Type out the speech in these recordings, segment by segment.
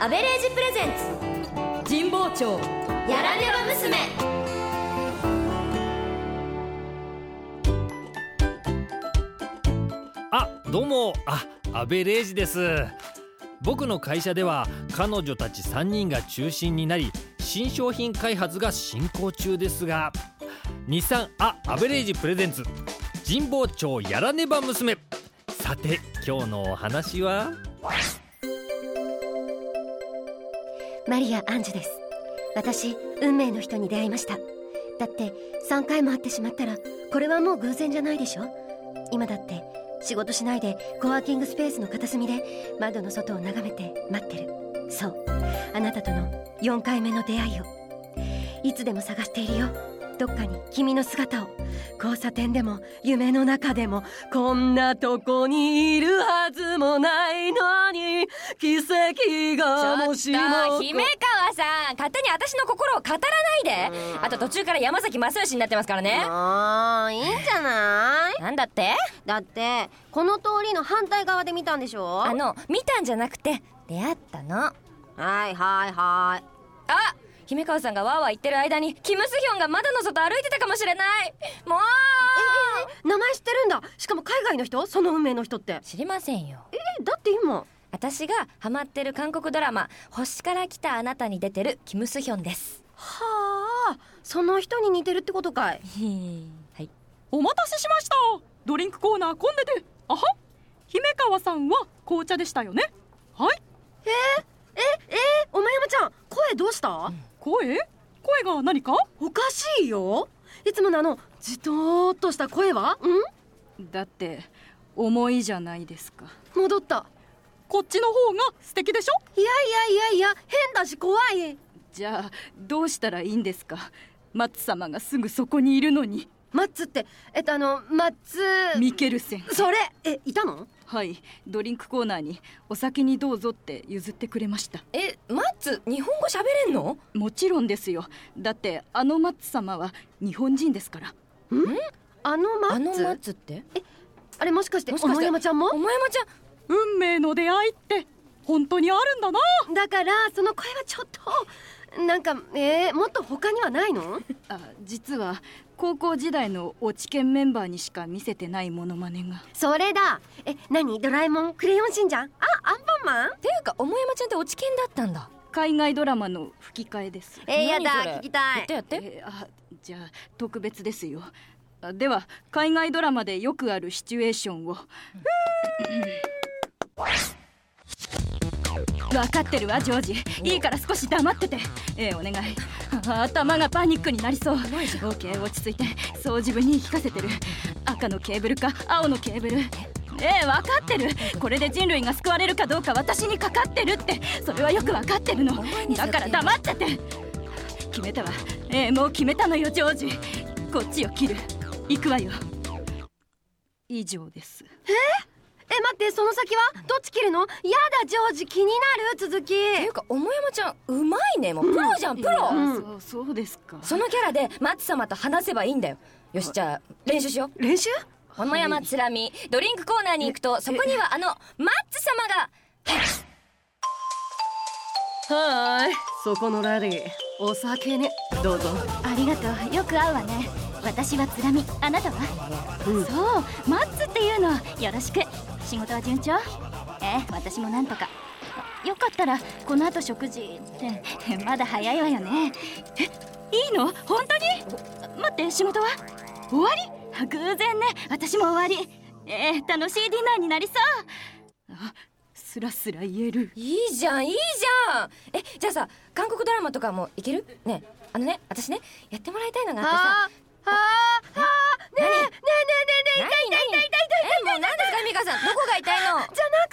アベレージプレゼンツ神保町やらねば娘あどうもあ安倍礼二です僕の会社では彼女たち3人が中心になり新商品開発が進行中ですが日産あアベレージプレゼンツ神保町やらねば娘さて今日のお話はマリア・アンジュです私運命の人に出会いましただって3回も会ってしまったらこれはもう偶然じゃないでしょ今だって仕事しないでコワーキングスペースの片隅で窓の外を眺めて待ってるそうあなたとの4回目の出会いをいつでも探しているよどっかに君の姿を交差点でも夢の中でもこんなとこにいるはずもないのに奇跡がもしも姫川さん勝手に私の心を語らないであと途中から山崎正義になってますからねあーいいんじゃないなんだってだってこの通りの反対側で見たんでしょあの見たんじゃなくて出会ったのあはいはいはい姫川さんがわーわー言ってる間にキム・スヒョンが窓の外歩いてたかもしれないもう名前知ってるんだしかも海外の人その運命の人って知りませんよえだって今私がハマってる韓国ドラマ「星から来たあなた」に出てるキム・スヒョンですはあその人に似てるってことかいはいお待たせしましたドリンクコーナー混んでてあは姫川さんは紅茶でしたよねはいええおまやまちゃん声どうした、声声が何かおかしいよいつものあのじとーっとした声はんだって重いじゃないですか戻ったこっちの方が素敵でしょいやいやいやいや変だし怖いじゃあどうしたらいいんですかマッツ様がすぐそこにいるのにマッツってえっとあのマッツミケルセンそれえいたのはいドリンクコーナーにお先にどうぞって譲ってくれましたえマッツ日本語喋れんのもちろんですよだってあのマッツ様は日本人ですからあのマあのッマツあッツってれもしかしてもしかして桃山ちゃんもお前もちゃん運命の出会いって本当にあるんだなだからその声はちょっとなんかえー、もっと他にはないのあ実は高校時代の落ち研メンバーにしか見せてないモノマネが それだえ何ドラえもんクレヨンしんちゃんあアンパンマンていうかお前もちゃんって落ち研だったんだ海外ドラマの吹き替えですえー、や何それだ聞きたやっいてやってえーあじゃあ特別ですよあでは海外ドラマでよくあるシチュエーションを分かってるわジョージいいから少し黙っててえー、お願いあ頭がパニックになりそうオーケー落ち着いてそう自分に言い聞かせてる赤のケーブルか青のケーブルええ分かってるこれで人類が救われるかどうか私にかかってるってそれはよく分かってるのだから黙ってて決めたわええもう決めたのよジョージこっちを切る行くわよ以上ですえ待ってその先はどっち切るのやだジョージ気になる続きていうかお前もちゃんうまいねもうプロじゃんプロ、んいやそうそうですかそのキャラでマッツ様と話せばいいんだよよしじゃあ練習しよう練習小野山つらみドリンクコーナーに行くとそこにはあのマッツ様がはーいそこのラリーお酒ねどうぞありがとうよく会うわね私はつらみあなたは、うんそうマッツっていうのよろしく仕事は順調ええ私もなんとかよかったらこの後食事って まだ早いわよねえいいの本当に待って仕事は終わりあ偶然ね私も終わりええ楽しいディナーになりそうスラスラ言えるいいじゃんいいじゃんえじゃあさ韓国ドラマとかもいけるねえあのね私ねやってもらいたいのがあっはあはあはあねえねえねえねえねえてさ痛い痛い痛い痛いえもう何ですか美香さんどこが痛いのじゃなく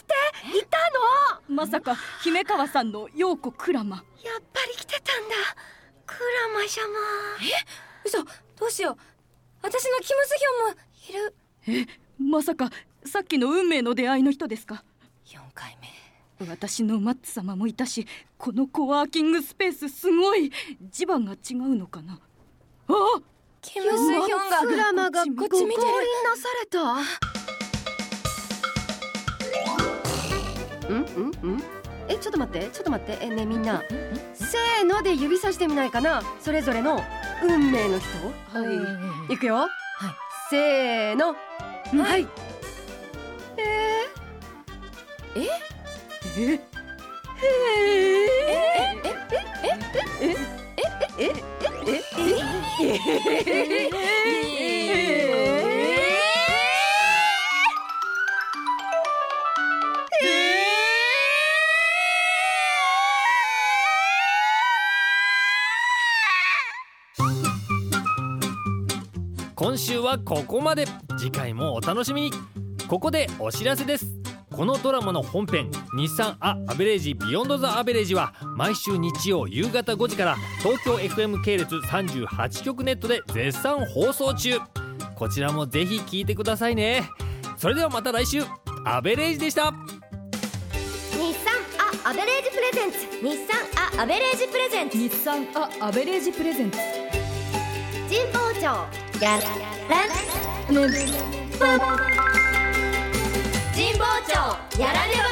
ていたのまさか姫川さんの陽子クラマやっぱり来てたんだクラマ様嘘どうしよう私のキム・スヒョンもいるまさかさっきの運命の出会いの人ですか4回目私のマッツ様もいたしこのコワーキングスペースすごい地盤が違うのかなあキム・スヒョンがクラマがこごっ降ち臨見てるなされたんんんえちょっと待ってちょっと待ってえねえみんなせーので指さしてみないかなそれぞれの運命の人はいくよはいせーのはいえ今週はここまで次回もお楽しみにここでお知らせですこのドラマの本編「日産ア・アベレージ・ビヨンド・ザ・アベレージ」は毎週日曜夕方5時から東京 FM 系列38局ネットで絶賛放送中こちらもぜひ聞いてくださいねそれではまた来週アベレージでした日産アアベレージプレゼンツ日産アアベレージプレゼンツ日産あアベレージプレゼンツ神保町やらねば神保町やらねば